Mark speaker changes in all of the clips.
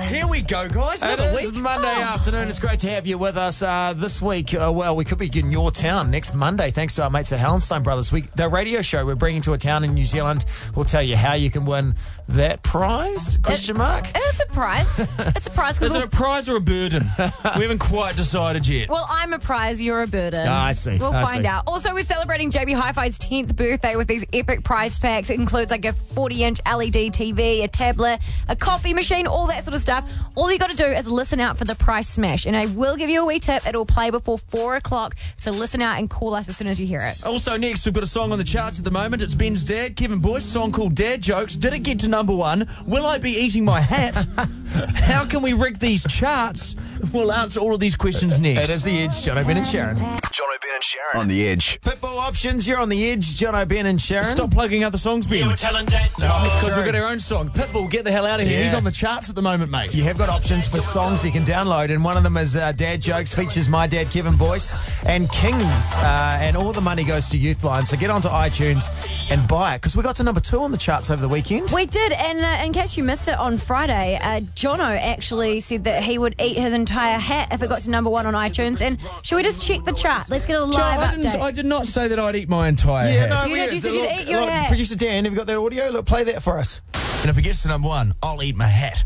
Speaker 1: Here we go, guys.
Speaker 2: It
Speaker 1: Another
Speaker 2: is
Speaker 1: week.
Speaker 2: Monday afternoon. It's great to have you with us uh, this week. Uh, well, we could be in your town next Monday, thanks to our mates at Hellenstein Brothers. We, the radio show we're bringing to a town in New Zealand. We'll tell you how you can win that prize? Question mark.
Speaker 3: And it's a prize. It's a prize. 'cause
Speaker 1: Is it a
Speaker 3: we'll-
Speaker 1: prize or a burden? we haven't quite decided yet.
Speaker 3: well, I'm a prize, you're a burden.
Speaker 2: Ah, I see,
Speaker 3: We'll
Speaker 2: I
Speaker 3: find
Speaker 2: see.
Speaker 3: out. Also, we're celebrating JB Hi Fi's 10th birthday with these epic prize packs. It includes like a E 40 inch LED TV, a tablet, a coffee machine, all that sort of stuff. All you got to do is listen out for the price smash. And I will give you a wee tip. It'll play before four o'clock. So listen out and call us as soon as you hear it.
Speaker 1: Also, next, we've got a song on the charts at the moment. It's Ben's dad, Kevin Boyce, song called Dad Jokes. Did it get to number one? Will I be eating my hat? How can we rig these charts? We'll answer all of these questions next.
Speaker 2: It is the Edge, John O'Brien and Sharon.
Speaker 4: John O'Brien and Sharon on the edge.
Speaker 2: Pitbull options. You're on the Edge, John O'Brien and Sharon.
Speaker 1: Stop plugging other songs, Ben. Because we've got our own song. Pitbull, get the hell out of here.
Speaker 2: Yeah.
Speaker 1: He's on the charts at the moment, mate.
Speaker 2: You have got options for songs you can download, and one of them is uh, Dad Jokes, features my dad Kevin Boyce and Kings, uh, and all the money goes to Youthline. So get onto iTunes and buy it because we got to number two on the charts over the weekend.
Speaker 3: We did, and uh, in case you missed it on Friday, uh, Jono actually said that he would eat his entire hat if it got to number one on iTunes. And should we just check the chart? Let's get a
Speaker 1: Joe,
Speaker 3: live
Speaker 1: I,
Speaker 3: update.
Speaker 1: didn't, I did not say that I'd eat my entire hat.
Speaker 3: You did, you said you'd eat your
Speaker 2: look,
Speaker 3: hat.
Speaker 2: Producer Dan, have you got that audio? Look, play that for us.
Speaker 1: And if it gets to number one, I'll eat my hat.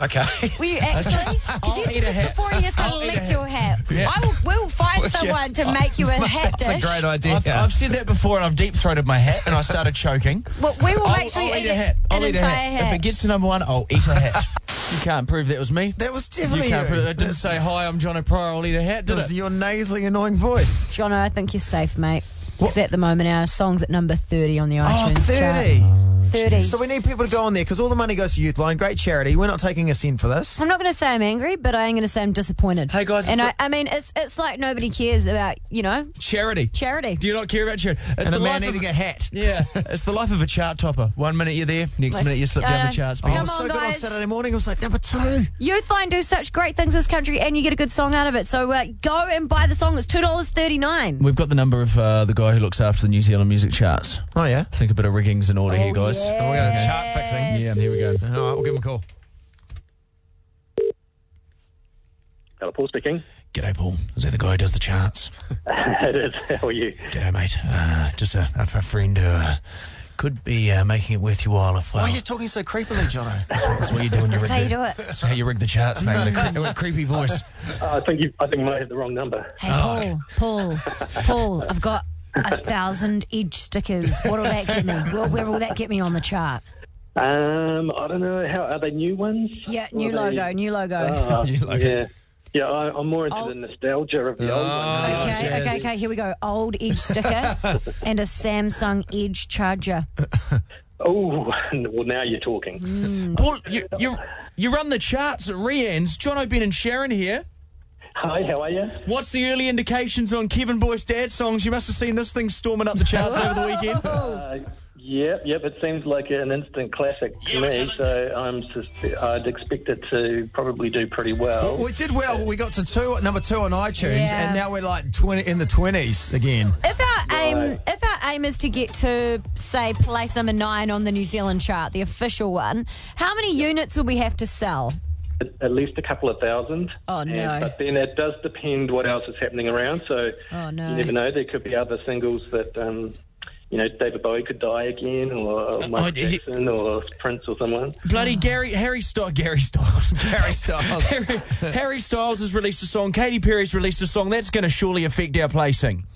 Speaker 2: Okay.
Speaker 3: Were you actually? Because you
Speaker 1: I'll eat
Speaker 3: said
Speaker 1: a
Speaker 3: this
Speaker 1: hat.
Speaker 3: before you just got
Speaker 1: I'll
Speaker 3: to
Speaker 1: eat a
Speaker 3: lick
Speaker 1: hat.
Speaker 3: your hat.
Speaker 1: Yeah. Oh,
Speaker 3: I will, we'll find someone to make you a hat dish.
Speaker 2: That's a great idea.
Speaker 1: I've, I've said that before, and I've deep throated my hat, and I started choking.
Speaker 3: Well, we will
Speaker 1: I'll,
Speaker 3: make sure you
Speaker 1: I'll
Speaker 3: eat
Speaker 1: eat
Speaker 3: it-
Speaker 1: a hat.
Speaker 3: an
Speaker 1: I'll eat a
Speaker 3: entire
Speaker 1: hat.
Speaker 3: hat.
Speaker 1: If it gets to number one, I'll eat a hat. you can't prove that was me.
Speaker 2: that was
Speaker 1: You
Speaker 2: definitely
Speaker 1: can't prove it. I didn't
Speaker 2: That
Speaker 1: say hi. I'm John O'Pryor. I'll eat a hat. Did
Speaker 2: was
Speaker 1: it?
Speaker 2: your nasally, annoying voice.
Speaker 3: Jono, I think you're safe, mate. Because at the moment, our song's at number 30 on the
Speaker 2: Oh,
Speaker 3: iTunes chart.
Speaker 2: 30.
Speaker 3: 30.
Speaker 2: So we need people to go on there because all the money goes to Youthline. Great charity. We're not taking a cent for this.
Speaker 3: I'm not going to say I'm angry, but I am going to say I'm disappointed.
Speaker 1: Hey, guys,
Speaker 3: and
Speaker 1: it's
Speaker 3: I, I mean it's it's like nobody cares about you know
Speaker 1: Charity.
Speaker 3: charity.
Speaker 1: Do you not care about charity? It's
Speaker 2: And
Speaker 1: the
Speaker 2: a man
Speaker 1: life of-
Speaker 2: eating a hat.
Speaker 1: Yeah, it's the life of a chart topper. One minute you're there, next minute you slip
Speaker 3: I
Speaker 1: down
Speaker 3: know.
Speaker 1: the charts.
Speaker 2: Oh,
Speaker 3: um, Come
Speaker 2: I was
Speaker 3: on,
Speaker 2: so good on
Speaker 3: guys.
Speaker 2: Saturday morning. I was like, number two.
Speaker 3: Youthline do such great things in this country, and you get a good song out of it. So uh, go and buy the song. It's two dollars thirty nine.
Speaker 1: We've got the number of uh, the guy who looks after the New Zealand music charts.
Speaker 2: Oh, yeah.
Speaker 1: I think a bit of rigging's in order here, guys.
Speaker 2: Oh, we got a chart fixing.
Speaker 1: Yeah, here we go.
Speaker 2: All right, we'll give him a call.
Speaker 5: Hello, Paul speaking.
Speaker 1: G'day, Paul. Is that the guy who does the charts?
Speaker 5: it is. How are you?
Speaker 1: G'day, mate. Uh, just a, a, a friend who uh, could be uh, making it worth your while if. Uh,
Speaker 2: Why are you Oh, talking so creepily, Jono?
Speaker 1: that's, what, that's what you do when you rig
Speaker 3: That's how you
Speaker 1: the-
Speaker 3: do it.
Speaker 1: That's how you rig the charts, mate. with a cre- with a creepy voice.
Speaker 5: Uh, I think you. I think you might have the wrong number.
Speaker 3: Hey
Speaker 1: Oh.
Speaker 3: Paul, Paul, Paul, I've got a thousand edge stickers. What'll that get me? Where, where will that get me on the chart?
Speaker 5: Um, I don't know. How are they new ones?
Speaker 3: Yeah, new
Speaker 5: Well, they-
Speaker 3: logo, new logo.
Speaker 5: Uh,
Speaker 2: New logo.
Speaker 5: Yeah, yeah. I, I'm more into
Speaker 3: Oh.
Speaker 5: the nostalgia of the old one.
Speaker 3: Okay,
Speaker 2: Oh,
Speaker 3: okay,
Speaker 2: yes.
Speaker 3: okay. Here we go. Old Edge sticker and a Samsung Edge charger.
Speaker 5: Oh, well, now you're talking.
Speaker 1: Paul, you, you, you run the charts at Rianne's. John O'Ben and Sharon here.
Speaker 5: Hi, how are you?
Speaker 1: What's the early indications on Kevin Boyce Dad songs? You must have seen this thing storming up the charts over the weekend.
Speaker 5: Uh, yep, yep. It seems like an instant classic to me, so I'm sus- I'd expect it to probably do pretty well.
Speaker 2: We did well. We got to two, number two on iTunes,
Speaker 3: Yeah.
Speaker 2: and now we're like 20 in the 20s again.
Speaker 3: If our aim, if our aim is to get to say place number nine on the New Zealand chart, the official one, how many units would we have to sell?
Speaker 5: At- At least a couple of thousand.
Speaker 3: Oh,
Speaker 5: And-
Speaker 3: no.
Speaker 5: but then it does depend what else is happening around. So
Speaker 3: Oh, no.
Speaker 5: you never know. There could be other singles that, um, you know, David Bowie could die again, or uh, Michael
Speaker 1: oh, is it-
Speaker 5: Jackson, or Prince, or someone.
Speaker 1: Bloody Gary, Harry Styles, Gary Styles,
Speaker 2: Harry Styles.
Speaker 1: Harry, Harry Styles has released a song. Katy Perry's released a song. That's going to surely affect our placing.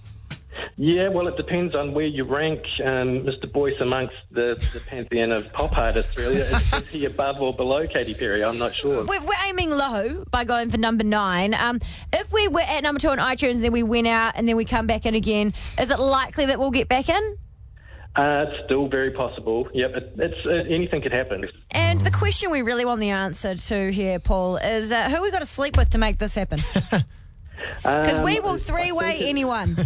Speaker 5: Yeah, well, it depends on where you rank um, Mr. Boyce amongst the, the pantheon of pop artists. Really, is, is he above or below Katy Perry? I'm not sure.
Speaker 3: We're, we're aiming low by going for number nine. Um, if we were at number two on iTunes and then we went out and then we come back in again, is it likely that we'll get back in?
Speaker 5: Uh, it's still very possible. Yep, it, it's uh, anything could happen.
Speaker 3: And the question we really want the answer to here, Paul, is uh, who we got to sleep with to make this happen? Because
Speaker 5: Um,
Speaker 3: we
Speaker 5: I
Speaker 3: will
Speaker 5: think
Speaker 3: three way
Speaker 5: it-
Speaker 3: anyone.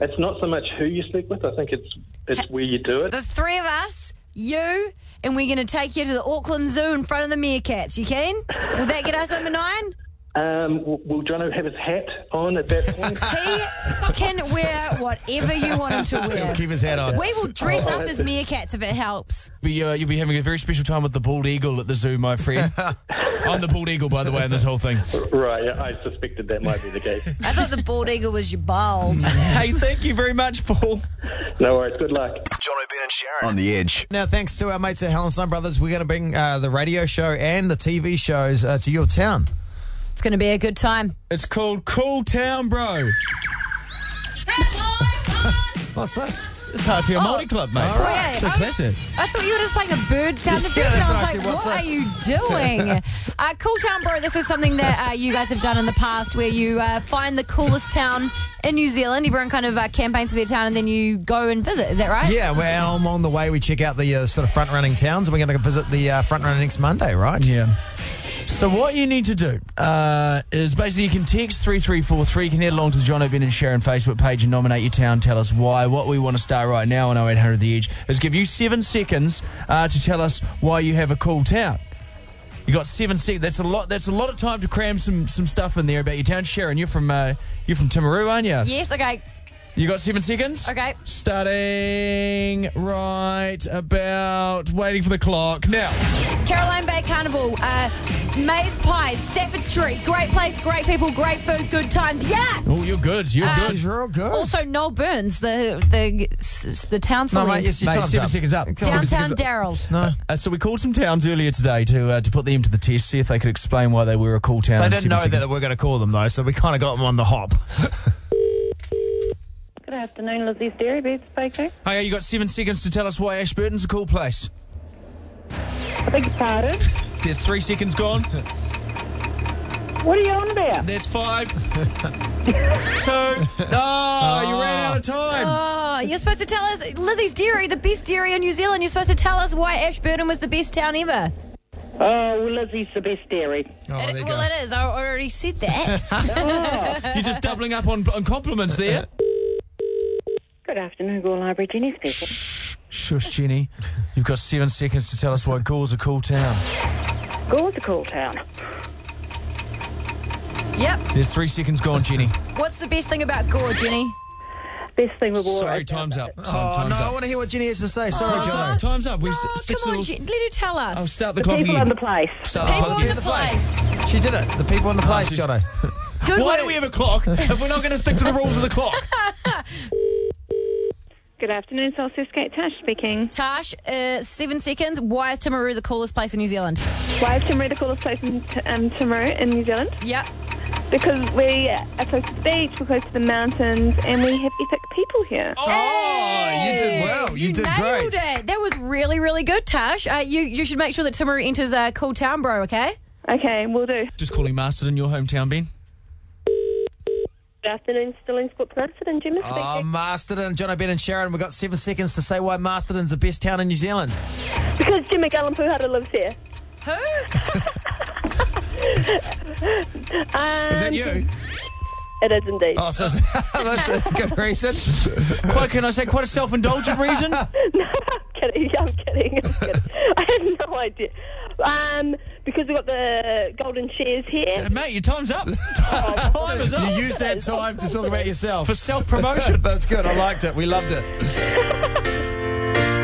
Speaker 5: It's not so much who you sleep with. I think it's it's where you do it.
Speaker 3: The three of us, you, and we're going to take you to the Auckland Zoo in front of the meerkats. You keen? Will that get us number nine?
Speaker 5: Um, will, will Jono have his hat on at that point?
Speaker 3: He can wear whatever you want him to wear.
Speaker 2: Keep his hat on.
Speaker 3: We will dress
Speaker 5: Oh,
Speaker 3: up as meerkats if it helps.
Speaker 1: Be, uh, you'll be having a very special time with the bald eagle at the zoo, my friend. I'm the bald eagle, by the way, in this whole thing.
Speaker 5: right, yeah, I suspected that might be the case.
Speaker 3: I thought the bald eagle was your balls.
Speaker 1: Hey, thank you very much, Paul.
Speaker 5: No worries, good luck.
Speaker 4: John O'Brien and Sharon on the edge.
Speaker 2: Now, thanks to our mates at Hallenstein Brothers, we're going to bring uh, the radio show and the TV shows uh, to your town.
Speaker 3: It's going to be a good time.
Speaker 1: It's called Cool Town Bro.
Speaker 2: What's this?
Speaker 1: Party on Multi Club, mate.
Speaker 2: All right.
Speaker 3: Oh. Yeah,
Speaker 1: So
Speaker 3: I was-
Speaker 1: classic.
Speaker 3: I thought you were just playing a bird sound effect.
Speaker 2: that's
Speaker 3: and
Speaker 2: what I
Speaker 3: I was
Speaker 2: said,
Speaker 3: like,
Speaker 2: what's
Speaker 3: what are
Speaker 2: this?"
Speaker 3: you doing? uh, cool Town Bro, this is something that uh, you guys have done in the past where you uh, find the coolest town in New Zealand. Everyone kind of uh, campaigns for their town and then you go and visit. Is that right?
Speaker 2: Yeah, well, along the way, we check out the uh, sort of front running towns, and we're going to visit the uh, front runner next Monday, right?
Speaker 1: Yeah. So what you need to do uh, is basically you can text 3343, you can head along to the John O'Brien and Sharon Facebook page and nominate your town, tell us why. What we want to start right now on 0800 The Edge is give you seven seconds uh, to tell us why you have a cool town. You got seven seconds. That's a lot. That's a lot of time to cram some, some stuff in there about your town. Sharon, you're from uh, you're from Timaru, aren't you?
Speaker 3: Yes, okay.
Speaker 1: You got seven seconds.
Speaker 3: Okay.
Speaker 1: Starting right about waiting for the clock now.
Speaker 3: Caroline Bay Carnival, uh, Maze Pies, Stafford Street. Great place, great people, great food, good times. Yes!
Speaker 1: Oh, you're good. You're
Speaker 3: Uh,
Speaker 1: good.
Speaker 2: She's real good.
Speaker 3: Also, Noel Burns, the the s- the town
Speaker 2: no,
Speaker 3: saloon.
Speaker 2: mate, yes, your
Speaker 1: Mate,
Speaker 2: time's
Speaker 1: seven
Speaker 2: up.
Speaker 1: seconds up. Seven
Speaker 3: Downtown
Speaker 1: seconds up.
Speaker 3: Daryl.
Speaker 2: No.
Speaker 1: Uh, so we called some towns earlier today to uh, to put them to the test, see if they could explain why they were a cool town.
Speaker 2: They
Speaker 1: in
Speaker 2: didn't
Speaker 1: seven
Speaker 2: know
Speaker 1: seconds.
Speaker 2: that we were going to call them, though, so we kind of got them on the hop.
Speaker 3: Oh,
Speaker 6: Good afternoon, Lizzie's Dairy Beats Baker.
Speaker 1: Hey, you got seven seconds to tell us why Ashburton's a cool place.
Speaker 6: I beg your pardon.
Speaker 1: There's three seconds gone.
Speaker 6: What are you on about?
Speaker 1: There's five. Two. Oh,
Speaker 2: Ah.
Speaker 1: you ran out of time.
Speaker 3: Oh, you're supposed to tell us Lizzie's Dairy, the best dairy in New Zealand. You're supposed to tell us why Ashburton was the best town ever.
Speaker 6: Oh, well, Lizzie's the best dairy.
Speaker 2: Oh, there you
Speaker 3: well,
Speaker 2: go.
Speaker 3: it is. I already said that.
Speaker 1: You're just doubling up on, on compliments there.
Speaker 6: Good afternoon, Gore Library. Jenny speaking.
Speaker 1: Shush, Jenny. You've got seven seconds to tell us why Gore's a cool town.
Speaker 6: Gore's a cool town.
Speaker 3: yep.
Speaker 1: There's three seconds gone, Jenny.
Speaker 3: What's the best thing about Gore, Jenny?
Speaker 6: Best thing we've always
Speaker 1: Sorry,
Speaker 6: done.
Speaker 1: time's up. Time-
Speaker 2: Oh,
Speaker 1: time's
Speaker 2: no, I
Speaker 1: up.
Speaker 2: want to hear what Jenny has to say. Sorry,
Speaker 1: Time's
Speaker 2: John.
Speaker 1: up. Times up. We s-
Speaker 3: Oh,
Speaker 1: stick to
Speaker 3: come
Speaker 1: the
Speaker 3: on,
Speaker 1: rules.
Speaker 3: Jen- let her tell us.
Speaker 1: I'll start the,
Speaker 6: The
Speaker 1: clock
Speaker 6: people
Speaker 1: again.
Speaker 6: on the place.
Speaker 1: Start the
Speaker 3: People
Speaker 1: clock
Speaker 3: on
Speaker 1: again.
Speaker 3: the place.
Speaker 2: She did it. The people on the place,
Speaker 1: she's-
Speaker 2: Jono. Oh,
Speaker 3: Good
Speaker 1: Why
Speaker 3: work.
Speaker 1: do we have a clock if we're not going to stick to the rules of the clock?
Speaker 6: Good afternoon, Solstice Tash speaking.
Speaker 3: Tash, uh, seven seconds. Why is Timaru the coolest place in New Zealand?
Speaker 6: Why is Timaru the coolest place in t- um, Timaru in New Zealand?
Speaker 3: Yep.
Speaker 6: Because we are close to the beach, we're close to the mountains, and we have epic people here.
Speaker 2: Oh, you did well. You, did
Speaker 3: nailed
Speaker 2: great.
Speaker 3: it. That was really, really good, Tash. Uh, you you should make sure that Timaru enters uh, Cool Town Bro, okay?
Speaker 6: Okay, we'll do.
Speaker 1: Just calling Masterton, your hometown, Ben.
Speaker 6: Good afternoon, Stillingsport Masterton. Jenny speaking.
Speaker 2: Oh, Masterton, John Ben and Sharon, we've got seven seconds to say why Masterton's the best town in New Zealand.
Speaker 6: because Jimmy Gallimpuhata lives here.
Speaker 3: Who?
Speaker 6: Um,
Speaker 2: Is that you?
Speaker 6: It is indeed.
Speaker 2: Oh, so that's a good reason.
Speaker 1: Quite, can I say, quite a self-indulgent reason?
Speaker 6: kidding. I'm kidding. I'm kidding. I have no idea. Um, because we've got the golden shares here.
Speaker 1: Mate, your time's up. Time is
Speaker 2: You
Speaker 1: up.
Speaker 2: used that time to talk about yourself.
Speaker 1: For self-promotion.
Speaker 2: That's good. I liked it. We loved it.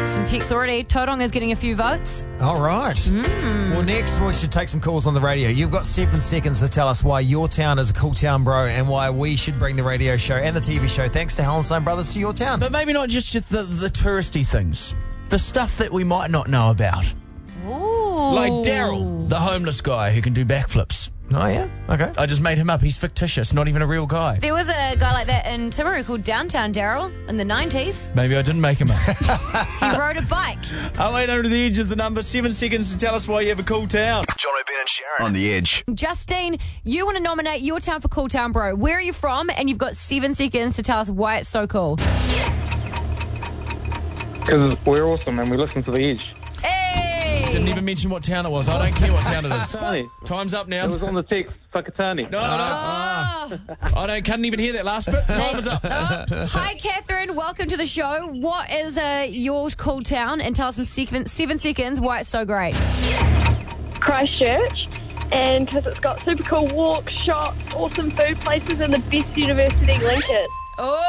Speaker 3: Some texts already. Todong is getting a few votes.
Speaker 2: All right. Well, next we should take some calls on the radio. You've got seven seconds to tell us why your town is a cool town, bro, and why we should bring the radio show and the TV show, thanks to Hallenstein Brothers, to your town.
Speaker 1: But maybe not just the, the touristy things. The stuff that we might not know about.
Speaker 3: Ooh.
Speaker 1: Like Daryl, the homeless guy who can do backflips.
Speaker 2: Oh, yeah? Okay.
Speaker 1: I just made him up. He's fictitious, not even a real guy.
Speaker 3: There was a guy like that in Timaru called Downtown Daryl in the 90s.
Speaker 1: Maybe I didn't make him up.
Speaker 3: He rode a bike.
Speaker 1: 0800 The Edge is the number. Seven seconds to tell us why you have a cool town.
Speaker 4: John O'Brien and Sharon on the e- edge.
Speaker 3: Justine, you want to nominate your town for Cool Town Bro. Where are you from? And you've got seven seconds to tell us why it's so cool.
Speaker 5: Because we're awesome and we listen to the edge.
Speaker 3: Hey!
Speaker 1: Didn't even mention what town it was. I don't care what town it is.
Speaker 5: Hey,
Speaker 1: Time's up now.
Speaker 5: it was on the text, Fakatani.
Speaker 1: No, no,
Speaker 3: Oh.
Speaker 1: I don't, couldn't even hear that last bit. Time is up.
Speaker 3: Oh. Hi, Catherine. Welcome to the show. What is uh, your cool town? And tell us in seven, seven seconds why it's so great.
Speaker 6: Christchurch. and because it's got super cool walks, shops, awesome food places, and the best university in Lincoln.
Speaker 3: Oh,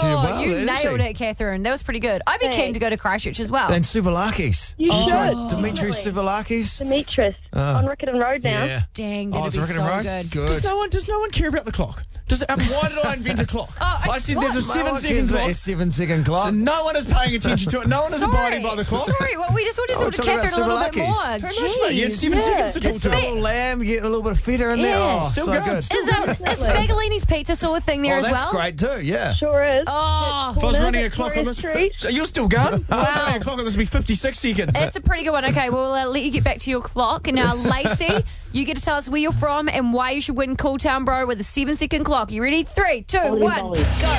Speaker 2: she did well
Speaker 3: you
Speaker 2: there, didn't
Speaker 3: nailed
Speaker 2: she?
Speaker 3: it, Catherine. That was pretty good. I'd be keen
Speaker 6: Thanks.
Speaker 3: to go to Christchurch as well.
Speaker 2: And Sivalakis.
Speaker 6: You
Speaker 1: Oh,
Speaker 6: should.
Speaker 2: Dimitri
Speaker 6: definitely.
Speaker 2: Sivalakis.
Speaker 6: Demetrius
Speaker 1: Ah.
Speaker 6: on Rickerton Road now.
Speaker 2: Yeah.
Speaker 3: Dang,
Speaker 2: Oh,
Speaker 3: that'd
Speaker 2: it's
Speaker 3: be
Speaker 2: Rickerton
Speaker 3: so
Speaker 2: Road?
Speaker 3: good.
Speaker 1: Does no one does no one care about the clock? Does and why did I invent a clock?
Speaker 3: I-
Speaker 1: I said there's a
Speaker 2: No
Speaker 1: seven
Speaker 2: one
Speaker 1: second
Speaker 2: cares about
Speaker 1: clock.
Speaker 2: his seven second clock.
Speaker 1: So no one is paying attention to it. No one is
Speaker 3: Sorry.
Speaker 1: abiding by the clock.
Speaker 3: Sorry, well, we just wanted to
Speaker 2: Oh,
Speaker 3: talk to
Speaker 2: talking about
Speaker 3: Catherine a little bit more.
Speaker 2: Sivalakis.
Speaker 1: Very much, mate. You had
Speaker 3: Jeez.
Speaker 1: seven seconds to talk
Speaker 2: It's a
Speaker 1: to. it.
Speaker 2: little lamb, you get a little bit of feta in there.
Speaker 3: Yeah.
Speaker 2: Oh,
Speaker 1: Still
Speaker 2: so
Speaker 1: going.
Speaker 2: good.
Speaker 1: Still
Speaker 3: Is, um, is Spagalini's pizza still a thing there
Speaker 2: oh,
Speaker 3: as
Speaker 2: that's
Speaker 3: well?
Speaker 2: great too, yeah.
Speaker 6: Sure is.
Speaker 3: Oh.
Speaker 1: If I was
Speaker 6: Corner,
Speaker 1: running a clock on
Speaker 6: Victoria
Speaker 1: this,
Speaker 6: Street.
Speaker 1: so you're still going. If I was running a clock on this, would be 56 seconds.
Speaker 3: It's a pretty good one. Okay, well, we'll uh, let you get back to your clock. Now, Lacey, you get to tell us where you're from and why you should win Cool Town Bro with a seven second clock. You ready? Three, two,
Speaker 6: Holy
Speaker 3: one,
Speaker 6: moly.
Speaker 3: go.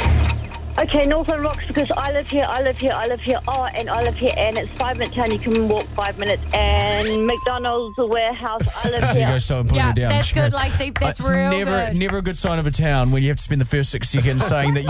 Speaker 6: Okay, Northern Rocks because I live here, I live here, I live here. Oh, and I live here, and it's five minute town. You can walk five minutes, and McDonald's, the warehouse. I live
Speaker 1: There you
Speaker 6: here.
Speaker 1: go, so I'm putting
Speaker 3: Yeah,
Speaker 1: it down. Uh,
Speaker 3: that's good, Lacey. That's
Speaker 1: it's
Speaker 3: real
Speaker 1: never,
Speaker 3: good.
Speaker 1: never a good sign of a town when you have to spend the first six seconds saying that you,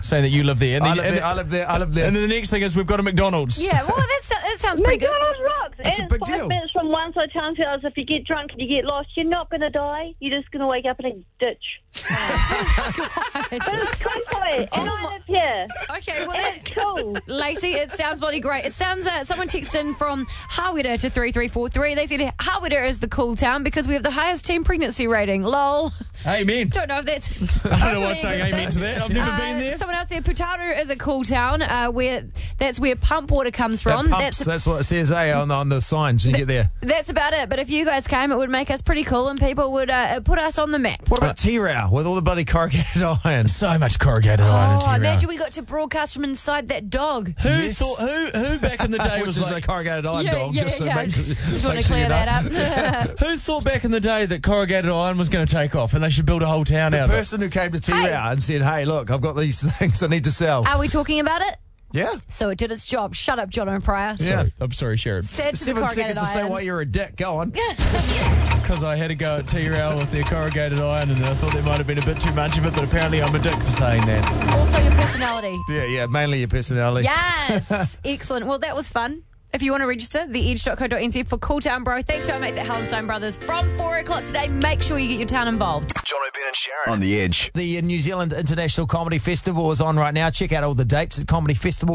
Speaker 1: saying that you live there, and
Speaker 2: I
Speaker 1: then,
Speaker 2: live
Speaker 1: and,
Speaker 2: there, I live there, I live there.
Speaker 1: and then the next thing is we've got a McDonald's.
Speaker 3: Yeah, well, that's, that
Speaker 7: Oh
Speaker 3: sounds pretty good.
Speaker 6: McDonald's Rocks.
Speaker 2: That's a
Speaker 6: and
Speaker 2: big
Speaker 6: it's five
Speaker 2: deal.
Speaker 6: minutes from one side of town to the other. If you get drunk and you get lost, you're not going to die. You're just going to wake up in a ditch.
Speaker 2: Oh,
Speaker 6: But it's Conway, and I live here.
Speaker 3: Okay,
Speaker 6: And
Speaker 3: well, that's
Speaker 6: it's cool.
Speaker 3: Lacey, it sounds bloody great. It sounds uh, someone texted in from Harwita to 3343. They said Harwita is the cool town because we have the highest teen pregnancy rating. Lol.
Speaker 1: Amen.
Speaker 3: Don't know if that's.
Speaker 1: I don't know why I'm saying amen to that. I've never
Speaker 3: Uh,
Speaker 1: been there.
Speaker 3: Someone else said Putaru is a cool town uh, where that's where pump water comes
Speaker 2: That
Speaker 3: from.
Speaker 2: pumps,
Speaker 3: that's
Speaker 2: that's, what it says, eh, on, the- on the signs when you get there.
Speaker 3: that's about it. But if you guys came, it would make us pretty cool, and people would uh, it put us on the map.
Speaker 2: What about T-Row with all the bloody corrugated irons?
Speaker 1: So much corrugated iron
Speaker 3: Oh,
Speaker 1: in Tierra.
Speaker 3: imagine we got to broadcast from inside that dog.
Speaker 1: Who
Speaker 2: Yes.
Speaker 1: thought? Who? Who back in the day
Speaker 2: Which
Speaker 1: was
Speaker 2: is
Speaker 1: like?
Speaker 2: a corrugated iron dog, just so make sure-
Speaker 3: Just want
Speaker 2: make
Speaker 3: to
Speaker 2: sure
Speaker 3: clear
Speaker 2: you know.
Speaker 3: that up.
Speaker 1: Who thought back in the day that corrugated iron was going to take off and they should build a whole town out of it?
Speaker 2: Person who came to T-Row and said, hey, look, I've got these things I need to sell.
Speaker 3: Are we talking about it?
Speaker 2: yeah?
Speaker 3: So it did its job. Shut up, John O'Pryor.
Speaker 2: Yeah.
Speaker 1: I'm sorry, Sharon.
Speaker 3: Said to the
Speaker 2: Seven
Speaker 3: corrugated
Speaker 2: seconds to say
Speaker 3: iron.
Speaker 2: why you're a dick. Go on.
Speaker 1: Because I had a go at TRL with their corrugated iron and I thought there might have been a bit too much of it, but apparently I'm a dick for saying that.
Speaker 3: Also your personality.
Speaker 2: Yeah, yeah, mainly your personality.
Speaker 3: Yes. Excellent. Well, that was fun. If you want to register, theedge.co.nz for Cool Town Bro. Thanks to our mates at Hallenstein Brothers from 4 o'clock today. Make sure you get your town involved.
Speaker 4: John O'Brien and Sharon on the e- edge.
Speaker 2: The New Zealand International Comedy Festival is on right now. Check out all the dates at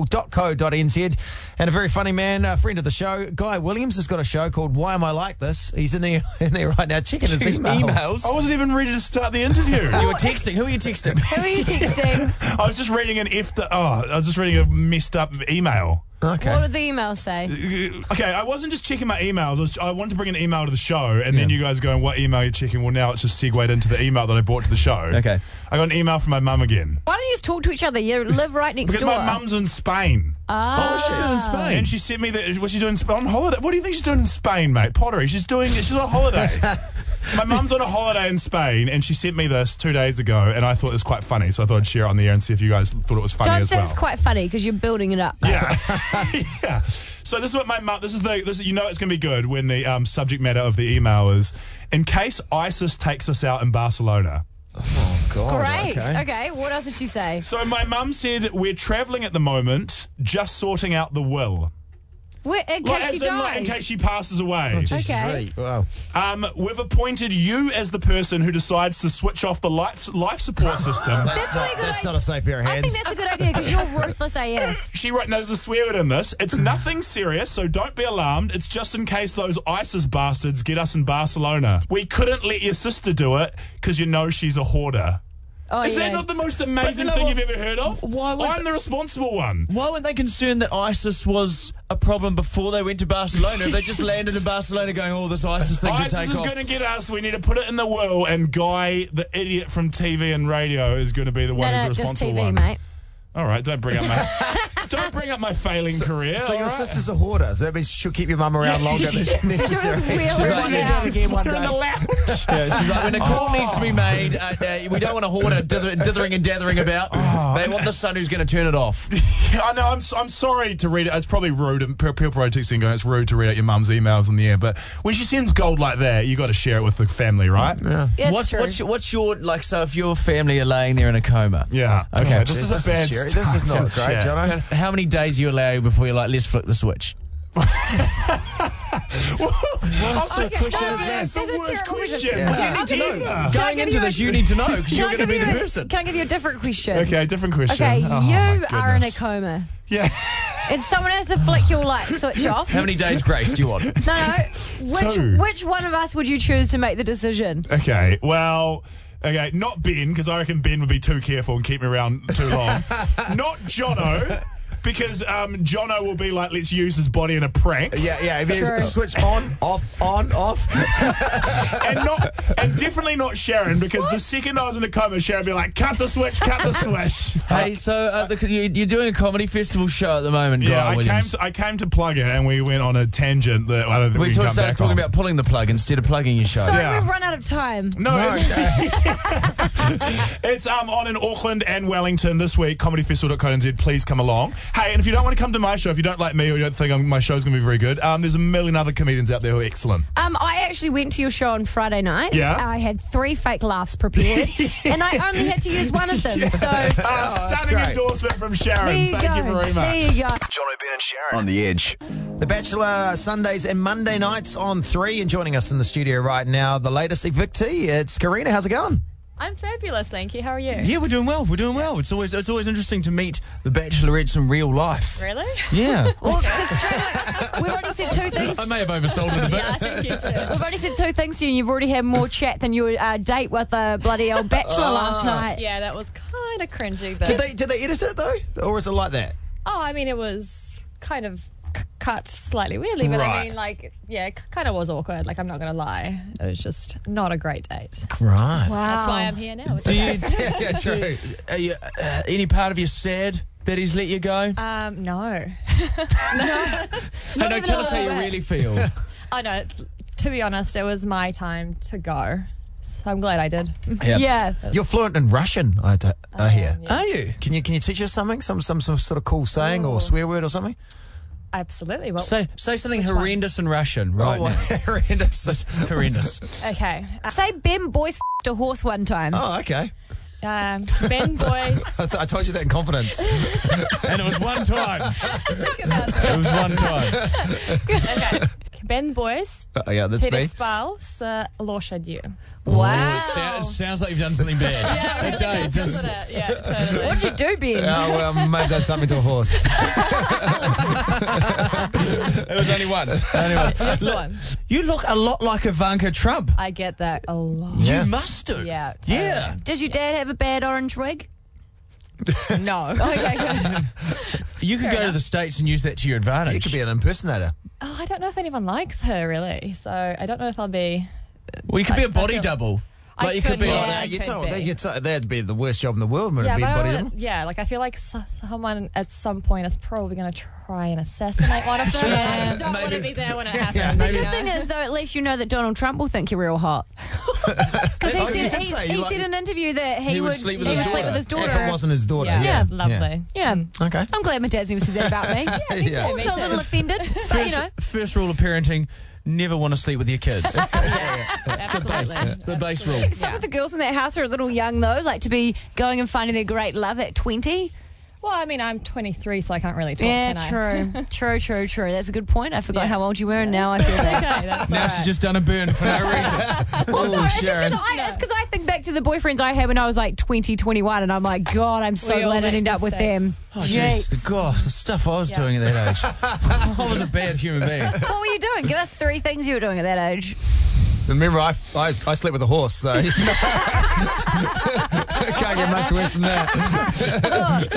Speaker 2: comedyfestival.co.nz. And a very funny man, a friend of the show, Guy Williams, has got a show called Why Am I Like This? He's in there, in there right now checking his Oh,
Speaker 1: His
Speaker 2: email.
Speaker 1: emails.
Speaker 8: I wasn't even ready to start the interview.
Speaker 1: you were texting. Who are you texting?
Speaker 3: Who are you texting?
Speaker 8: I was just reading an F. Oh, I was just reading a messed up email.
Speaker 3: What
Speaker 2: Okay.
Speaker 3: did the email say?
Speaker 8: Uh, Okay, I wasn't just checking my emails. I, was, I wanted to bring an email to the show, and then you guys going, "What email are you checking?" Well, now it's just segued into the email that I brought to the show.
Speaker 1: Okay.
Speaker 8: I got an email from my mum again
Speaker 3: Why don't you just talk to each other? You live right next
Speaker 8: because
Speaker 3: door.
Speaker 8: my mum's in Spain, Ah.
Speaker 1: Oh, shit, in Spain.
Speaker 8: and she sent me that. What's she doing in Sp- on holiday? What do you think she's doing in Spain, mate? Pottery. She's doing. She's on holiday. my mum's on a holiday in Spain, and she sent me this two days ago, and I thought it was quite funny, so I thought I'd share it on the air and see if you guys thought it was funny
Speaker 3: Don't
Speaker 8: as
Speaker 3: say
Speaker 8: well.
Speaker 3: it's quite funny because you're building it up.
Speaker 8: Yeah. yeah. So this is what my mum. This is the. This is, you know it's going to be good when the um, subject matter of the email is, in case ISIS takes us out in Barcelona.
Speaker 3: Great. Okay. What else did she say?
Speaker 8: So my mum said we're travelling at the moment, just sorting out the will.
Speaker 3: Where, in case
Speaker 8: Like,
Speaker 3: she
Speaker 8: as in, like,
Speaker 3: dies.
Speaker 8: in case she passes away.
Speaker 3: okay.
Speaker 2: Wow.
Speaker 8: um, we've appointed you as the person who decides to switch off the life life support system.
Speaker 3: That's really good.
Speaker 2: That's
Speaker 3: idea.
Speaker 2: not a safe pair of
Speaker 3: I think
Speaker 2: hands.
Speaker 3: that's a good idea because you're ruthless AF.
Speaker 8: she wrote, now there's a swear word in this. It's nothing serious, so don't be alarmed. It's just in case those ISIS bastards get us in Barcelona. We couldn't let your sister do it because you know she's a hoarder.
Speaker 3: Oh,
Speaker 8: Is
Speaker 3: yeah.
Speaker 8: that not the most amazing
Speaker 1: you know
Speaker 8: thing
Speaker 1: what?
Speaker 8: you've ever heard of?
Speaker 1: Why would-
Speaker 8: I'm the responsible one.
Speaker 1: Why weren't they concerned that ISIS was a problem before they went to Barcelona? they just landed in Barcelona going, oh, this ISIS thing could
Speaker 8: ISIS
Speaker 1: take
Speaker 8: is
Speaker 1: off.
Speaker 8: going to get us. We need to put it in the will, and Guy, the idiot from TV and radio, is going to be the one
Speaker 3: no,
Speaker 8: who's
Speaker 3: no, uh,
Speaker 8: the
Speaker 3: just
Speaker 8: responsible
Speaker 3: TV,
Speaker 8: one.
Speaker 3: mate.
Speaker 8: All right, don't bring up my don't bring up my failing career.
Speaker 2: So your
Speaker 8: all right?
Speaker 2: sister's a hoarder. So that means she'll keep your mum around longer than necessary.
Speaker 3: She was wheeling
Speaker 2: She's like, "You're
Speaker 3: around.
Speaker 2: doing it again one
Speaker 8: Put her in the
Speaker 2: day."
Speaker 8: lounge.
Speaker 1: Yeah, she's like, when a call needs to be made, uh, uh, we don't want a hoarder dither- dithering and dathering about.
Speaker 8: Oh.
Speaker 1: they want the son who's going to turn it off.
Speaker 8: Yeah, I know. I'm, s- I'm sorry to read it. It's probably rude. And pe- people probably texting going, it's rude to read out your mum's emails in the air. But when she sends gold like that, you got to share it with the family, right? Yeah.
Speaker 3: It's
Speaker 1: what's,
Speaker 3: true.
Speaker 1: what's your, what's your like? So if your family are laying there in a coma,
Speaker 8: Yeah.
Speaker 1: Okay.
Speaker 8: this
Speaker 2: Jeez,
Speaker 8: is a bad
Speaker 2: This is not
Speaker 8: start.
Speaker 2: great,
Speaker 8: Yeah.
Speaker 2: Jono.
Speaker 1: How many days are you allow before you're like, let's flip the switch?
Speaker 3: Oh,
Speaker 2: So question is
Speaker 3: That's
Speaker 2: this.
Speaker 8: the
Speaker 3: a
Speaker 8: worst
Speaker 3: terrible
Speaker 8: question.
Speaker 3: question.
Speaker 8: Well, you need to
Speaker 3: Okay.
Speaker 8: know that.
Speaker 3: Can I
Speaker 1: Going
Speaker 3: give
Speaker 1: into
Speaker 3: you a-
Speaker 1: this, you need to know because
Speaker 3: Can
Speaker 1: you're
Speaker 3: I
Speaker 1: going to
Speaker 3: give
Speaker 1: be
Speaker 3: you
Speaker 1: the
Speaker 3: a-
Speaker 1: person.
Speaker 3: Can I give you a different question?
Speaker 8: Okay, different question.
Speaker 3: Okay,
Speaker 8: Oh,
Speaker 3: you
Speaker 8: my
Speaker 3: are in a
Speaker 8: goodness.
Speaker 3: coma.
Speaker 8: Yeah.
Speaker 3: And someone has to flick your light switch off.
Speaker 1: How many days grace do you want?
Speaker 3: No, no. Which
Speaker 8: Two.
Speaker 3: which one of us would you choose to make the decision?
Speaker 8: Okay. Well. Okay, not Ben because I reckon Ben would be too careful and keep me around too long. not Jono because um, Jono will be like, let's use his body in a prank,
Speaker 2: Yeah, yeah. If
Speaker 3: True.
Speaker 2: you switch on, off, on, off.
Speaker 8: and not, and definitely not Sharon because the second I was in a coma, Sharon would be like, cut the switch, cut the switch.
Speaker 1: hey, so uh, the, you, you're doing a comedy festival show at the moment,
Speaker 8: Yeah,
Speaker 1: Grant
Speaker 8: I came,
Speaker 1: Williams.
Speaker 8: to, I came to plug it, and we went on a tangent that I don't think we,
Speaker 1: we
Speaker 8: can
Speaker 1: talked,
Speaker 8: come
Speaker 1: started
Speaker 8: back
Speaker 1: talking
Speaker 8: on.
Speaker 1: about pulling the plug instead of plugging your show.
Speaker 3: Sorry,
Speaker 8: Yeah.
Speaker 3: we've run out of time.
Speaker 8: No, it's, it's um, on in Auckland and Wellington this week. Comedyfestival.co.nz. Please come along. Hey, and if you don't want to come to my show, if you don't like me or you don't think I'm, my show's going to be very good, um, there's a million other comedians out there who are excellent.
Speaker 3: Um, I actually went to your show on Friday night.
Speaker 8: Yeah.
Speaker 3: I had three fake laughs prepared, and I only had to use one of them. So
Speaker 8: Uh, stunning
Speaker 2: great.
Speaker 8: endorsement from
Speaker 3: there
Speaker 8: Sharon.
Speaker 3: you
Speaker 8: Thank
Speaker 3: go.
Speaker 8: you very
Speaker 3: There
Speaker 8: much.
Speaker 3: you go.
Speaker 4: John O'Brien and Sharon on the edge.
Speaker 2: The Bachelor Sundays and Monday nights on three. And joining us in the studio right now, the latest evictee. It's Karina. How's it going?
Speaker 9: I'm fabulous, thank you. How are you?
Speaker 1: Yeah, we're doing well. We're doing well. It's always it's always interesting to meet the bachelorettes in real life.
Speaker 9: Really?
Speaker 1: Yeah.
Speaker 3: Well, just straight away, we've already said two things.
Speaker 1: I may have oversold it a bit.
Speaker 9: Yeah, I think you too.
Speaker 3: We've already said two things to you, and you've already had more chat than your uh, date with a bloody old bachelor last night.
Speaker 9: Oh, Yeah, that was kind of cringy, but
Speaker 2: Did they did they edit it though, or is it like that?
Speaker 9: oh, I mean, it was kind of c- cut slightly weirdly, but
Speaker 8: Right.
Speaker 9: I mean, like, yeah, it kind of was awkward. Like, I'm not gonna lie, it was just not a great date.
Speaker 2: Right.
Speaker 3: Wow.
Speaker 9: That's why I'm here now.
Speaker 1: Do you,
Speaker 2: Yeah, true.
Speaker 1: are you uh, any part of you sad that he's let you go?
Speaker 9: Um, no,
Speaker 1: hey, no,
Speaker 9: even
Speaker 1: tell
Speaker 9: a
Speaker 1: us how you
Speaker 9: little bit.
Speaker 1: really feel.
Speaker 9: I know. To be honest, it was my time to go, so I'm glad I did.
Speaker 3: Yeah.
Speaker 2: You're fluent in Russian, I, d- I hear.
Speaker 1: Are you?
Speaker 2: Can you can you teach us something, some some, some sort of cool saying or
Speaker 9: Ooh.
Speaker 2: swear word or something?
Speaker 9: Absolutely. Well,
Speaker 1: Say say something horrendous in Russian right
Speaker 2: oh,
Speaker 1: now.
Speaker 2: horrendous.
Speaker 1: horrendous.
Speaker 9: okay. Uh,
Speaker 3: Say Ben Boyce f***ed a horse one time.
Speaker 2: Oh, okay.
Speaker 9: Um, ben Boyce.
Speaker 2: I, th- I told you that in confidence.
Speaker 1: and it was one time. It was one time.
Speaker 9: Okay. Ben Boyce
Speaker 2: Oh, yeah, that's me.
Speaker 9: переспал с лошадью.
Speaker 1: Oh,
Speaker 3: wow.
Speaker 1: it, sou- it sounds like you've done something bad.
Speaker 9: Yeah,
Speaker 1: it does, doesn't
Speaker 9: it? Yeah, totally.
Speaker 3: What'd you do, Ben?
Speaker 2: Oh, well, mate, that's something to a horse.
Speaker 1: It was only once. Only once.
Speaker 9: This one.
Speaker 1: You look a lot like Ivanka Trump.
Speaker 9: I get that a lot.
Speaker 2: Yeah.
Speaker 1: You must do.
Speaker 9: Yeah, totally.
Speaker 1: Yeah.
Speaker 3: Does your dad have a bad orange wig?
Speaker 9: No.
Speaker 3: Okay, good.
Speaker 1: You could go to the States and use that to your advantage.
Speaker 2: You could be an impersonator.
Speaker 9: Oh, I don't know if anyone likes her really, so I don't know if I'll be.
Speaker 1: well, you could be a
Speaker 9: I- I
Speaker 1: body
Speaker 9: feel-
Speaker 1: double.
Speaker 9: I
Speaker 1: Like you could
Speaker 9: could
Speaker 1: be
Speaker 9: be. Yeah,
Speaker 1: like that.
Speaker 9: I
Speaker 2: Oh, you
Speaker 9: could
Speaker 2: told,
Speaker 9: be.
Speaker 2: that- you told- that'd be the worst job in the world, would it
Speaker 9: Yeah,
Speaker 2: be
Speaker 9: but I
Speaker 2: body
Speaker 9: don't
Speaker 2: double?
Speaker 9: wanna- yeah, like I feel like so- someone at some point is probably going to try and assassinate one of them. I just don't want to
Speaker 1: Maybe.
Speaker 9: be there when it happens.
Speaker 3: The good thing is, though, at least you know that Donald Trump will think you're real hot. Because
Speaker 2: Oh,
Speaker 3: he, said,
Speaker 2: he did
Speaker 3: he,
Speaker 2: say
Speaker 3: he
Speaker 2: he
Speaker 3: said
Speaker 2: liked-
Speaker 3: in an interview that he,
Speaker 1: He would sleep with
Speaker 3: he
Speaker 1: his
Speaker 3: would
Speaker 1: daughter.
Speaker 3: his
Speaker 2: If it wasn't his daughter.
Speaker 9: Yeah.
Speaker 2: Yeah,
Speaker 9: lovely.
Speaker 3: Yeah.
Speaker 2: yeah. Okay.
Speaker 3: I'm glad my dad's never said that about me.
Speaker 2: Yeah.
Speaker 3: Also a little offended, but you
Speaker 1: First,
Speaker 3: know.
Speaker 1: first rule of parenting never want to sleep with your kids.
Speaker 9: Absolutely.
Speaker 1: the base rule.
Speaker 3: Some of the girls in that house are a little young though, like to be going and finding their great love at 20.
Speaker 9: Well, I mean, I'm 23, so I can't really talk.
Speaker 3: Yeah,
Speaker 9: can I?
Speaker 3: true. true, true, true. That's a good point. I forgot
Speaker 9: Yeah.
Speaker 3: how old you were, and now I feel bad.
Speaker 9: Okay, that's
Speaker 1: Now
Speaker 9: all
Speaker 1: she's
Speaker 9: right.
Speaker 1: just done a burn for no reason.
Speaker 3: well, no, it's because
Speaker 2: Oh, Sharon.
Speaker 3: I, it's 'cause I think back to the boyfriends I had when I was like 20, 21, and I'm like, God, I'm so
Speaker 9: We all
Speaker 3: glad I
Speaker 9: make
Speaker 3: ended up with them.
Speaker 9: mistakes.
Speaker 1: Oh, jeez, the, gosh, the stuff I was
Speaker 9: Yeah.
Speaker 1: doing at that age. I was a bad human being.
Speaker 3: What were you doing? Give us three things you were doing at that age.
Speaker 2: Remember, I, I, I slept with a horse, so. Can't get much worse than that.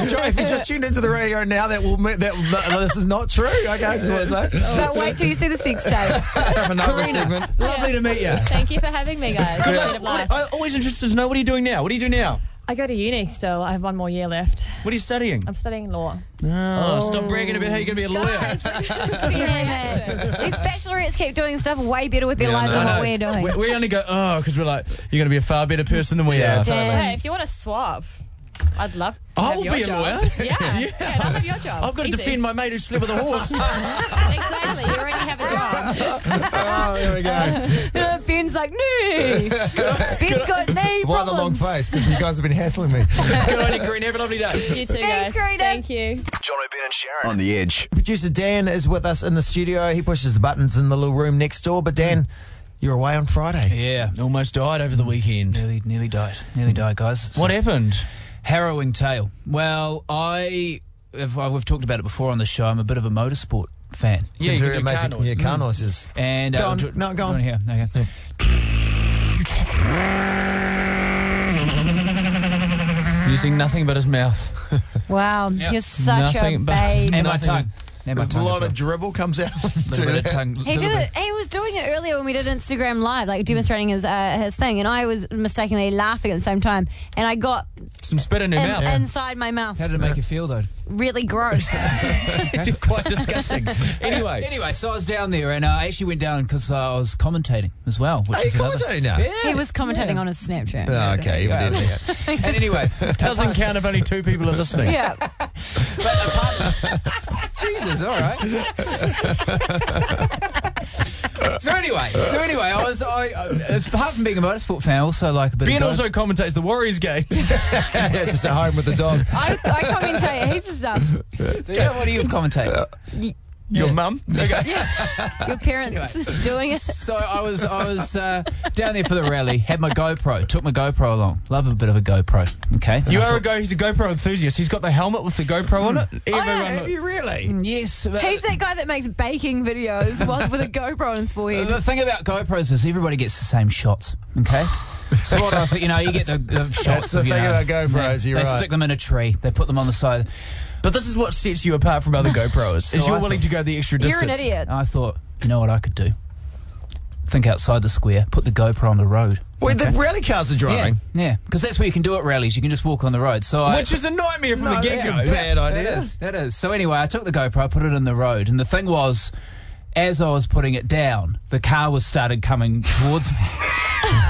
Speaker 2: Enjoy, if you just tuned into the radio now, that will that, that this is not true. Okay, I just want to say.
Speaker 3: But wait till you see the sex tape.
Speaker 2: Have another segment.
Speaker 1: Lovely to meet you.
Speaker 9: Thank you for having me, guys. It's been a blast.
Speaker 1: I'm always interested to know what are you doing now? What do you do now?
Speaker 9: I go to uni still. I have one more year left.
Speaker 1: What are you studying?
Speaker 9: I'm studying law.
Speaker 1: Oh, stop bragging about how you're going to be a lawyer.
Speaker 3: Damn it. These bachelorettes keep doing stuff way better with their lives
Speaker 1: I
Speaker 3: than what
Speaker 1: know.
Speaker 3: we're doing.
Speaker 1: We, we only go, oh, because we're like, you're going to be a far better person than we
Speaker 2: Yeah,
Speaker 1: are.
Speaker 2: totally.
Speaker 9: Hey, if you want to swap, I'd love to
Speaker 1: I'll
Speaker 9: have your
Speaker 1: be a
Speaker 9: job.
Speaker 1: lawyer.
Speaker 9: Yeah. yeah. that'll have your job.
Speaker 1: I've got to
Speaker 9: Easy.
Speaker 1: defend my mate who slept with a horse.
Speaker 9: Exactly. You already have a job.
Speaker 2: Oh, there we go.
Speaker 3: Uh, Ben's like, no. Ben's got knee problems.
Speaker 2: Why the long face? Because you guys have been hassling me.
Speaker 1: Good on you, Green. Have a lovely day.
Speaker 9: You too, guys.
Speaker 3: Thanks, Greta.
Speaker 9: Thank you.
Speaker 4: John O'Brien and Sharon e- on the edge.
Speaker 2: Producer Dan is with us in the studio. He pushes the buttons in the little room next door. But Dan, you're away on Friday.
Speaker 10: Yeah.
Speaker 1: Almost died over the weekend.
Speaker 10: Nearly, nearly died. Nearly died, guys. It's
Speaker 1: What
Speaker 10: a
Speaker 1: happened?
Speaker 10: harrowing tale. Well, I, if I, we've talked about it before on the show. I'm a bit of a motorsport fan,
Speaker 1: Yeah,
Speaker 2: do
Speaker 1: you can do
Speaker 2: amazing
Speaker 1: Carnoy.
Speaker 2: yeah, car noises.
Speaker 10: Mm. and
Speaker 2: Go
Speaker 10: uh,
Speaker 2: on.
Speaker 10: dr-
Speaker 2: No, go on.
Speaker 10: here. Okay.
Speaker 1: Using nothing but his mouth.
Speaker 3: Wow, you're such a
Speaker 10: Nothing but
Speaker 3: babe.
Speaker 10: and my
Speaker 1: Nothing.
Speaker 10: tongue. And my
Speaker 2: There's a
Speaker 10: tongue. as
Speaker 2: lot
Speaker 10: well.
Speaker 2: of dribble comes out.
Speaker 10: Little bit of tongue.
Speaker 3: He
Speaker 10: little
Speaker 3: did
Speaker 10: bit.
Speaker 3: it. He was doing it earlier when we did Instagram Live, like demonstrating his uh, his thing, and I was mistakenly laughing at the same time, and I got
Speaker 1: Some spit in your
Speaker 3: in-
Speaker 1: mouth.
Speaker 3: inside my mouth.
Speaker 10: How did it make you feel though?
Speaker 3: Really gross.
Speaker 1: Quite disgusting. anyway.
Speaker 10: Anyway, so I was down there, and uh, I actually went down because uh, I was commentating as well. Which
Speaker 2: Are you
Speaker 10: is another-
Speaker 2: commentating now?
Speaker 10: Yeah.
Speaker 3: he was commentating on his Snapchat.
Speaker 2: Oh, okay, you
Speaker 10: Yeah.
Speaker 2: did, yeah.
Speaker 10: And anyway,
Speaker 1: Doesn't count if only two people are listening.
Speaker 3: Yeah,
Speaker 10: Jesus, all right. so anyway, so anyway, I was I, I it's- apart from being a motorsport fan, I also like a bit.
Speaker 1: Ben
Speaker 10: of
Speaker 1: also commentates the Warriors game.
Speaker 2: yeah, just at home with the dog.
Speaker 3: I, I commentate. He's a sub.
Speaker 10: Do you, what do you commentate?
Speaker 1: Uh, Your mum.
Speaker 3: Your parents doing it.
Speaker 10: So I was I was uh, down there for the rally. Had my GoPro. Took my GoPro along. Love a bit of a GoPro. Okay.
Speaker 1: You are a go. He's a GoPro enthusiast. He's got the helmet with the GoPro on it. Everyone.
Speaker 2: Have you really?
Speaker 10: Mm, yes. but-
Speaker 3: He's that guy that makes baking videos while with a GoPro on his
Speaker 10: The
Speaker 3: forehead.
Speaker 10: thing about GoPros is everybody gets the same shots. Okay. So what I was, you know, you get the, the shots.
Speaker 2: the
Speaker 10: of, you
Speaker 2: thing
Speaker 10: know,
Speaker 2: about GoPros,
Speaker 10: yeah,
Speaker 2: you're
Speaker 10: They
Speaker 2: right.
Speaker 10: stick them in a tree. They put them on the side.
Speaker 1: But this is what sets you apart from other GoPros. is
Speaker 10: So
Speaker 1: you're
Speaker 10: I
Speaker 1: willing to go the extra
Speaker 3: You're
Speaker 1: distance.
Speaker 3: an idiot.
Speaker 10: I thought, you know what I could do? Think outside the square. Put the GoPro on the road.
Speaker 2: Wait, the rally cars are
Speaker 10: Yeah,
Speaker 2: driving.
Speaker 10: yeah, because that's where you can do it rallies. You can just walk on the road. So I,
Speaker 1: Which is a nightmare from
Speaker 2: No,
Speaker 1: the
Speaker 2: that's
Speaker 1: get
Speaker 2: a
Speaker 1: go.
Speaker 2: bad idea.
Speaker 10: It is. It is. So anyway, I took the GoPro, I put it in the road, and the thing was, as I was putting it down, the car was started coming towards me,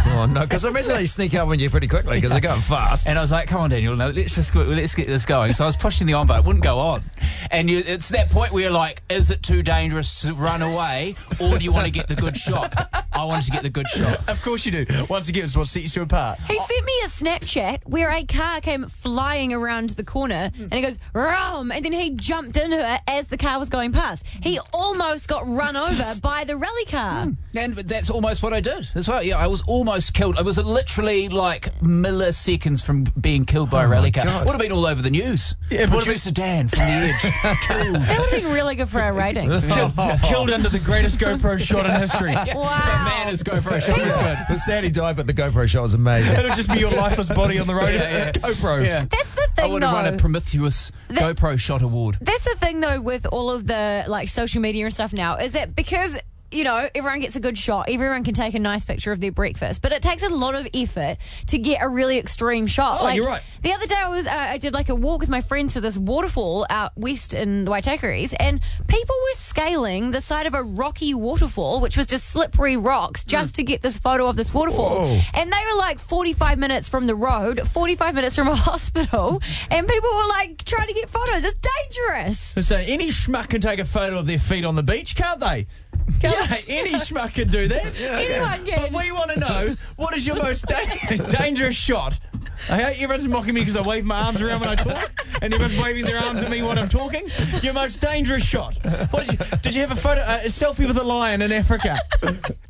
Speaker 2: Oh, no, because I imagine they sneak up on you pretty quickly because they're going fast.
Speaker 10: and I was like, "Come on, Daniel, no, let's just go, let's get this going." So I was pushing the on button, it wouldn't go on, and you, it's that point where you're like, "Is it too dangerous to run away, or do you want to get the good shot?" I wanted to get the good shot.
Speaker 1: Of course you do. Once again, it's what sets you apart.
Speaker 3: He sent me a Snapchat where a car came flying around the corner and he goes, Rom! And then he jumped in her as the car was going past. He almost got run over by the rally car.
Speaker 10: And that's almost what I did as well. Yeah, I was almost killed. I was literally like milliseconds from being killed by a rally car.
Speaker 2: God.
Speaker 10: Would have been all over the news.
Speaker 1: Oh Yeah, it would have
Speaker 10: Producer Dan from the Edge.
Speaker 3: That would have been really good for our ratings.
Speaker 1: Killed, killed under the greatest GoPro shot in history.
Speaker 3: Wow.
Speaker 1: Man is GoPro shot was good.
Speaker 2: It was sad he died, but the GoPro shot was amazing.
Speaker 1: It'll just be your lifeless body on the road. GoPro.
Speaker 10: Yeah.
Speaker 3: That's the
Speaker 10: I
Speaker 3: thing,
Speaker 10: would have won a
Speaker 3: though.
Speaker 10: Prometheus GoPro shot award.
Speaker 3: That's the thing, though, with all of the like social media and stuff now, is that because. You know, everyone gets a good shot. Everyone can take a nice picture of their breakfast, but it takes a lot of effort to get a really extreme shot.
Speaker 1: Oh,
Speaker 3: like,
Speaker 1: you're right.
Speaker 3: The other day, I was uh, I did like a walk with my friends to this waterfall out west in the Waitakere's, and people were scaling the side of a rocky waterfall, which was just slippery rocks, just to get this photo of this waterfall. And they were like 45 minutes from the road, 45 minutes from a hospital, and people were like trying to get photos. It's dangerous.
Speaker 1: So any schmuck can take a photo of their feet on the beach, can't they? Can't they? Any schmuck can do that.
Speaker 3: Anyone
Speaker 1: But
Speaker 3: can.
Speaker 1: we want to know what is your most da- dangerous shot? Okay, everyone's mocking me because I wave my arms around when I talk, and everyone's waving their arms at me when I'm talking. Your most dangerous shot. What did, you, did you have a photo, uh, a selfie with a lion in Africa?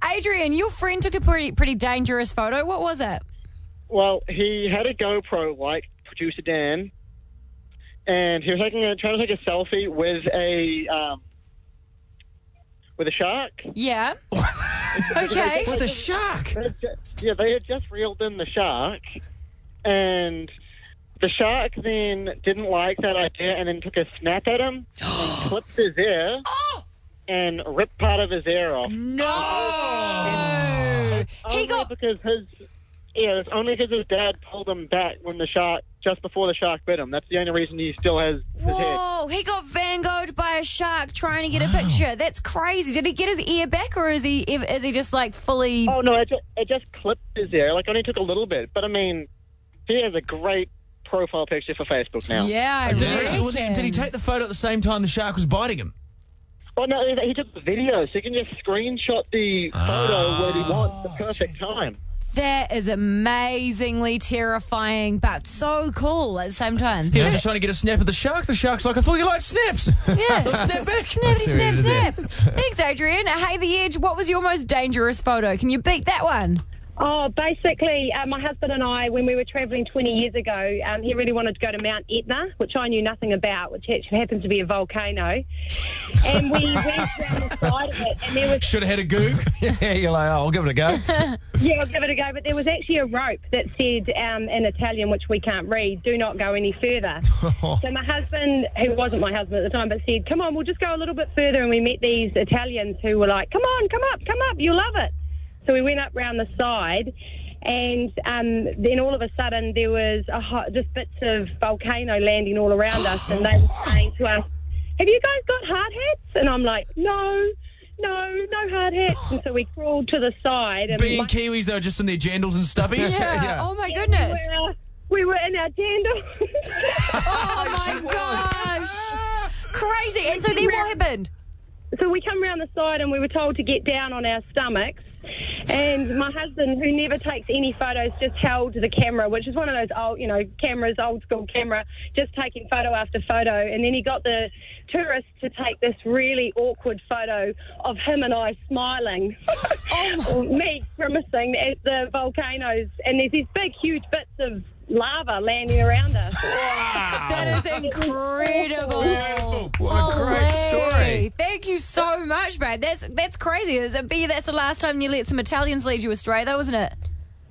Speaker 3: Adrian, your friend took a pretty pretty dangerous photo. What was it?
Speaker 11: Well, he had a GoPro like producer Dan, and he was taking a, trying to take a selfie with a um, with a shark.
Speaker 3: Yeah. okay.
Speaker 2: With a shark.
Speaker 11: They had ju- Yeah, they had just reeled in the shark, and the shark then didn't like that idea, and then took a snap at him, and clipped his ear,
Speaker 3: Oh!
Speaker 11: and ripped part of his ear off.
Speaker 3: No. He
Speaker 11: Only
Speaker 3: got
Speaker 11: because his yeah, it's only because his dad pulled him back when the shark just before the shark bit him. That's the only reason he still has
Speaker 7: Oh,
Speaker 11: his head.
Speaker 3: Whoa, he got Van Gogh'd by a shark trying to get a picture. That's crazy. Did he get his ear back or is he is he just like fully
Speaker 11: Oh no, it just, it just clipped his ear. Like only took a little bit, but I mean, he has a great profile picture for Facebook now.
Speaker 3: Yeah, I
Speaker 1: Did
Speaker 3: reckon.
Speaker 1: he, was he- did he take the photo at the same time the shark was biting him?
Speaker 11: Well, no, he took the video, so you can just screenshot the photo where he wants the perfect time.
Speaker 3: That is amazingly terrifying, but so cool at the same time.
Speaker 1: He was just trying to get a snap of the shark. The shark's like, I thought you liked snaps.
Speaker 3: Yeah.
Speaker 1: So snap back.
Speaker 3: Snappity,
Speaker 2: see what you
Speaker 3: snap,
Speaker 2: did there.
Speaker 3: snap. Thanks, Adrian. Hey, The Edge, what was your most dangerous photo? Can you beat that one?
Speaker 7: Oh, basically, uh, my husband and I, when we were travelling 20 years ago, um, he really wanted to go to Mount Etna, which I knew nothing about, which actually happens to be a volcano. And we went around the side of it, and there was
Speaker 1: Should have had a goog.
Speaker 2: yeah, you're like, oh, I'll give it a go.
Speaker 7: Yeah, I'll give it a go. But there was actually a rope that said um, in Italian, which we can't read, do not go any further. so my husband, who wasn't my husband at the time, but said, come on, we'll just go a little bit further. And we met these Italians who were like, come on, come up, come up, you'll love it. So we went up round the side. And um, then all of a sudden, there was a hot, just bits of volcano landing all around us. And they were saying to us, have you guys got hard hats? And I'm like, no, no, no hard hats. And so we crawled to the side. And
Speaker 1: Being
Speaker 7: luckily-
Speaker 1: Kiwis, they were just in their jandals and stubbies.
Speaker 3: Yeah. Oh, my goodness.
Speaker 7: we were, we were in our tandem.
Speaker 3: Oh, my gosh. Crazy. And so then what happened?
Speaker 7: so we come round the side and we were told to get down on our stomachs. And my husband, who never takes any photos, just held the camera, which is one of those old, you know, cameras, old school camera, just taking photo after photo. And then he got the tourist to take this really awkward photo of him and I smiling, or me grimacing at the volcanoes. And there's these big, huge bits of lava landing around us.
Speaker 3: That is incredible.
Speaker 8: Beautiful.
Speaker 1: Oh,
Speaker 2: What a great story.
Speaker 3: Hey, Thank you so much, Brad. That's that's crazy. Is it be that's the last time you let some Italians lead you astray, though, wasn't it?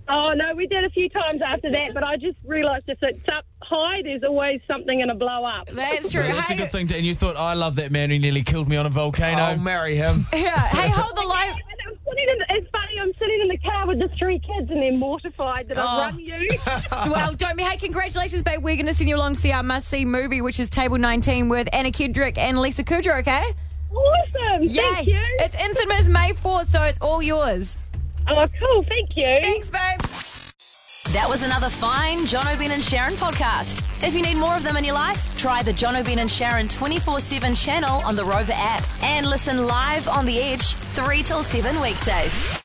Speaker 7: Oh no, we did a few times after that, but I just realised if it's up high, there's always something going to blow up.
Speaker 3: That's true.
Speaker 1: Well, that's a
Speaker 3: hey,
Speaker 1: good thing. To, and you thought, I love that man who nearly killed me on a
Speaker 2: I'll
Speaker 1: volcano.
Speaker 2: marry him.
Speaker 3: yeah. Hey, hold the line.
Speaker 7: And I'm sitting in the- it's funny. I'm sitting in the car with the three kids, and they're mortified that
Speaker 3: Oh.
Speaker 7: I rung you.
Speaker 3: Well, don't be. Hey, congratulations, babe. We're going to send you along to see our must see movie, which is Table 19 with Anna Kendrick and Lisa Kudrow, okay?
Speaker 7: awesome! Thank you.
Speaker 3: It's in cinemas May 4th, so it's all yours.
Speaker 7: oh, cool. Thank you.
Speaker 3: Thanks, babe.
Speaker 12: That was another fine John O'Brien and Sharon podcast. If you need more of them in your life, try the John O'Brien and Sharon 24 7 channel on the Rover app and listen live on The Edge 3 till 7 weekdays.